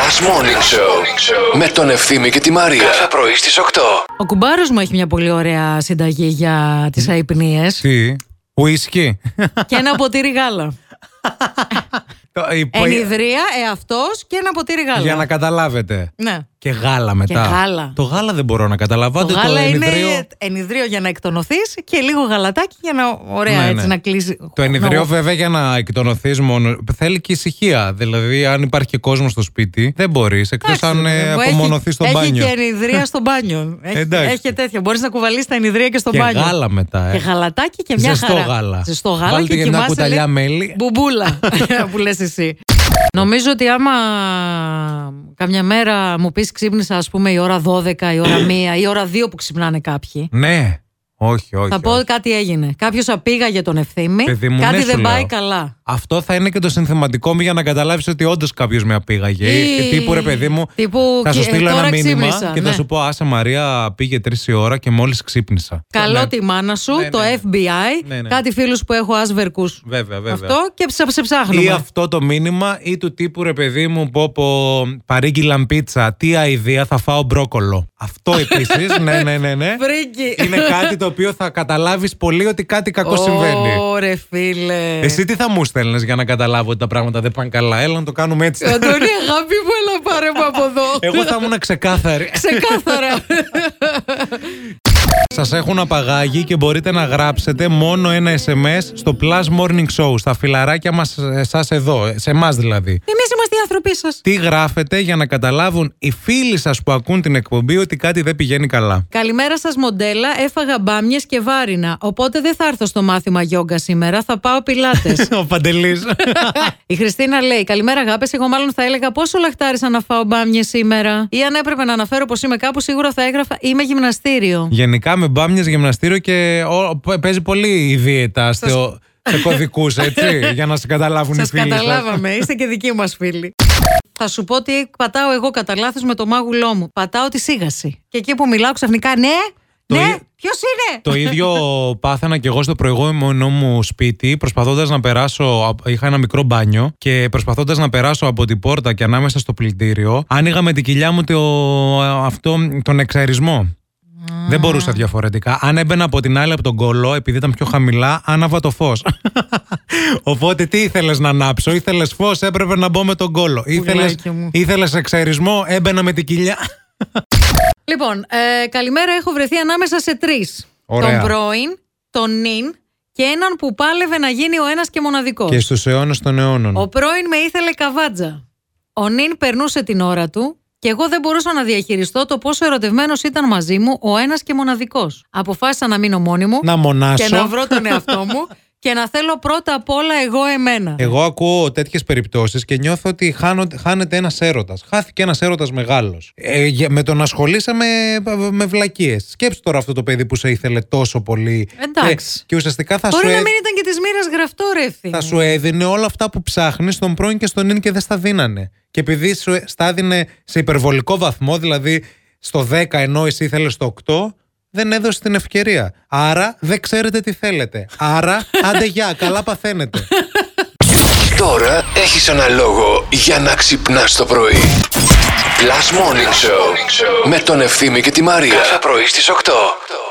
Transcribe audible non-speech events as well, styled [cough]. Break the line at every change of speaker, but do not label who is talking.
Last Morning Show με τον Ευθύμη και τη Μαρία. Κάθε πρωί στις 8.
Ο κουμπάρος μου έχει μια πολύ ωραία συνταγή για τις
Ναι.
αϊπνίες.
Τι.
[laughs]
Ουίσκι.
και ένα ποτήρι γάλα.
Το- η-
Ενιδρία, εαυτός και ένα ποτήρι γάλα.
Για να καταλάβετε.
Ναι.
Και γάλα μετά.
γάλα.
Το γάλα δεν μπορώ να καταλάβω.
Το
Άντε
γάλα είναι
ενιδρύο-
ενιδρύο για να εκτονωθείς και λίγο γαλατάκι για να ωραία
Ναι, ναι.
έτσι να κλείσει.
Το ενιδρύο
να-
βέβαια για να εκτονωθείς μόνο θέλει και ησυχία. Δηλαδή, αν υπάρχει και κόσμο στο σπίτι, δεν μπορείς. Εκτός αν
Εντάξει,
ε,
μου έχει-
απομονωθείς στο
Έχει
μπάνιο.
και ενιδρία στο
[laughs]
μπάνιο. Έχει,
Εντάξει.
έχει και τέτοια. Μπορείς να κουβαλείς τα ενιδρία και στο
Και
μπάνιο.
γάλα μετά. Ε.
Και γαλατάκι και μια
Ζεστό
χαρά.
γάλα.
Ζεστό γάλα
Βάλτε
και
και μια
κοιμάσαι,
κουταλιά
λέει,
μέλι.
Μπουμπούλα [laughs] που λες εσύ. Νομίζω ότι άμα καμιά μέρα μου πεις ξύπνησα ας πούμε η ώρα 12, η
[coughs]
ώρα 1, η ώρα 2 που ξυπνάνε κάποιοι.
Ναι. Όχι, όχι.
Θα πω
όχι.
κάτι έγινε. Κάποιος απήγαγε τον ευθύμη.
Παιδί μου,
κάτι
ναι, σου
δεν πάει
λέω.
καλά.
Αυτό θα είναι και το συνθηματικό μου για να καταλάβεις ότι όντως κάποιος με απήγαγε.
Ή-
Ή... Τύπου ρε παιδί μου.
Τύπου,
θα σου
«Και- ε,
στείλω
τώρα
ένα μήνυμα
ξύπνησα»,
και θα
ναι.
σου πω Άσε Μαρία, πήγε τρεις η ώρα και μόλις ξύπνησα.
Καλό
Ναι.
τη μάνα σου,
Ναι,
το
ναι, ναι.
FBI,
Ναι, ναι.
κάτι φίλους που έχω άσβερκους.
Βέβαια, βέβαια.
Αυτό και ψα- σε
Ή
ψάχνουμε.
αυτό το μήνυμα ή του τύπου ρε παιδί μου πω πω παρήγγειλαν πίτσα, τι αηδία θα φάω μπρόκολο. Αυτό επίσης, ναι ναι ναι ναι.
Βρήκε.
Είναι κάτι το οποίο θα καταλάβεις πολύ ότι κάτι κακό συμβαίνει.
Ωρε φίλε.
Εσύ τι θα μου στέλνες για να καταλάβω ότι τα πράγματα δεν πάνε καλά. Έλα να το κάνουμε έτσι.
Αντώνη, αγάπη μου, έλα πάρε μου από
[laughs]
εδώ.
Εγώ θα ήμουν ξεκάθαρη.
Ξεκάθαρα.
Σας έχουν απαγάγει και μπορείτε να γράψετε μόνο ένα SMS στο Plus Morning Show, στα φιλαράκια μας εσάς εδώ, σε εμάς δηλαδή.
Εμείς είμαστε οι άνθρωποι σας.
τι γράφετε για να καταλάβουν οι φίλοι σας που ακούν την εκπομπή ότι κάτι δεν πηγαίνει καλά.
Καλημέρα σας, μοντέλα. Έφαγα μπάμιες και βάρινα. Οπότε δεν θα έρθω στο μάθημα γιόγκα σήμερα. Θα πάω πιλάτες.
Ο Παντελής.
Η Χριστίνα λέει: Καλημέρα, αγάπες. Εγώ μάλλον θα έλεγα πόσο λαχτάρισα να φάω μπάμιες σήμερα. Ή αν έπρεπε να αναφέρω πως είμαι κάπου, σίγουρα θα έγραφα Είμαι γυμναστήριο.
Γενικά με μπάμιες γυμναστήριο και ό, π- παίζει πολύ η δίαιτα στο, σε κωδικούς έτσι, για να σε καταλάβουν οι
Σας
φίλοι σας.
καταλάβαμε. Είστε και δικοί μας φίλοι. Θα σου πω ότι πατάω εγώ κατά λάθος με το μάγουλό μου. Πατάω τη σίγαση. Και εκεί που μιλάω ξαφνικά, ναι,
Το
ναι,
ί-
ποιος είναι.
Το ίδιο πάθανα και εγώ στο προηγούμενο μου σπίτι, προσπαθώντας να περάσω. απ- Είχα ένα μικρό μπάνιο και προσπαθώντας να περάσω από την πόρτα και ανάμεσα στο πλυντήριο, άνοιγα με την κοιλιά μου το, αυτό, τον εξαρισμό. Δεν μπορούσα διαφορετικά. Αν έμπαινα από την άλλη από τον κόλο, επειδή ήταν πιο χαμηλά, άναβα το φως. [laughs] Οπότε τι ήθελες να ανάψω, ήθελες φως, έπρεπε να μπω με τον κόλο.
Πουλάκι μου.
Ήθελες εξαρισμό, έμπαινα με την κοιλιά.
Λοιπόν, ε, καλημέρα. Έχω βρεθεί ανάμεσα σε τρεις.
Ωραία.
Τον πρώην, τον νυν και έναν που πάλευε να γίνει ο ένας και μοναδικός.
Και στους αιώνες των αιώνων.
Ο πρώην με ήθελε καβάτζα. Ο νυν περνούσε την ώρα του και εγώ δεν μπορούσα να διαχειριστώ το πόσο ερωτευμένος ήταν μαζί μου ο ένας και μοναδικός. Αποφάσισα να μείνω μόνη μου
Να μονάσω.
και να βρω τον εαυτό μου και να θέλω πρώτα απ' όλα εγώ εμένα.
Εγώ ακούω τέτοιες περιπτώσεις και νιώθω ότι χάνω, χάνεται ένας έρωτας. Χάθηκε ένας έρωτας μεγάλος. Ε, για- με τον ασχολείσαι με, ε, με βλακίες. Σκέψτε τώρα αυτό το παιδί που σε ήθελε τόσο πολύ. Ε,
Εντάξει.
Και, και ουσιαστικά θα
Μπορεί
σου,
να
έ-
μην ήταν και της μοίρας γραφτό, ρε ευθύνη.
θα σου έδινε όλα αυτά που ψάχνεις στον πρώην και στον νυν και δεν στα δίνανε. Και επειδή σου ε- στα έδινε σε υπερβολικό βαθμό, δηλαδή στο 10 ενώ εσύ ήθελες το 8. Δεν έδωσε την ευκαιρία. Άρα δεν ξέρετε τι θέλετε. Άρα, άντε γεια, καλά παθαίνετε.
Τώρα έχεις ένα λόγο για να ξυπνάς το πρωί. Last Morning Show με τον Ευθύμη και τη Μαρία. Κάθε πρωί στις 8.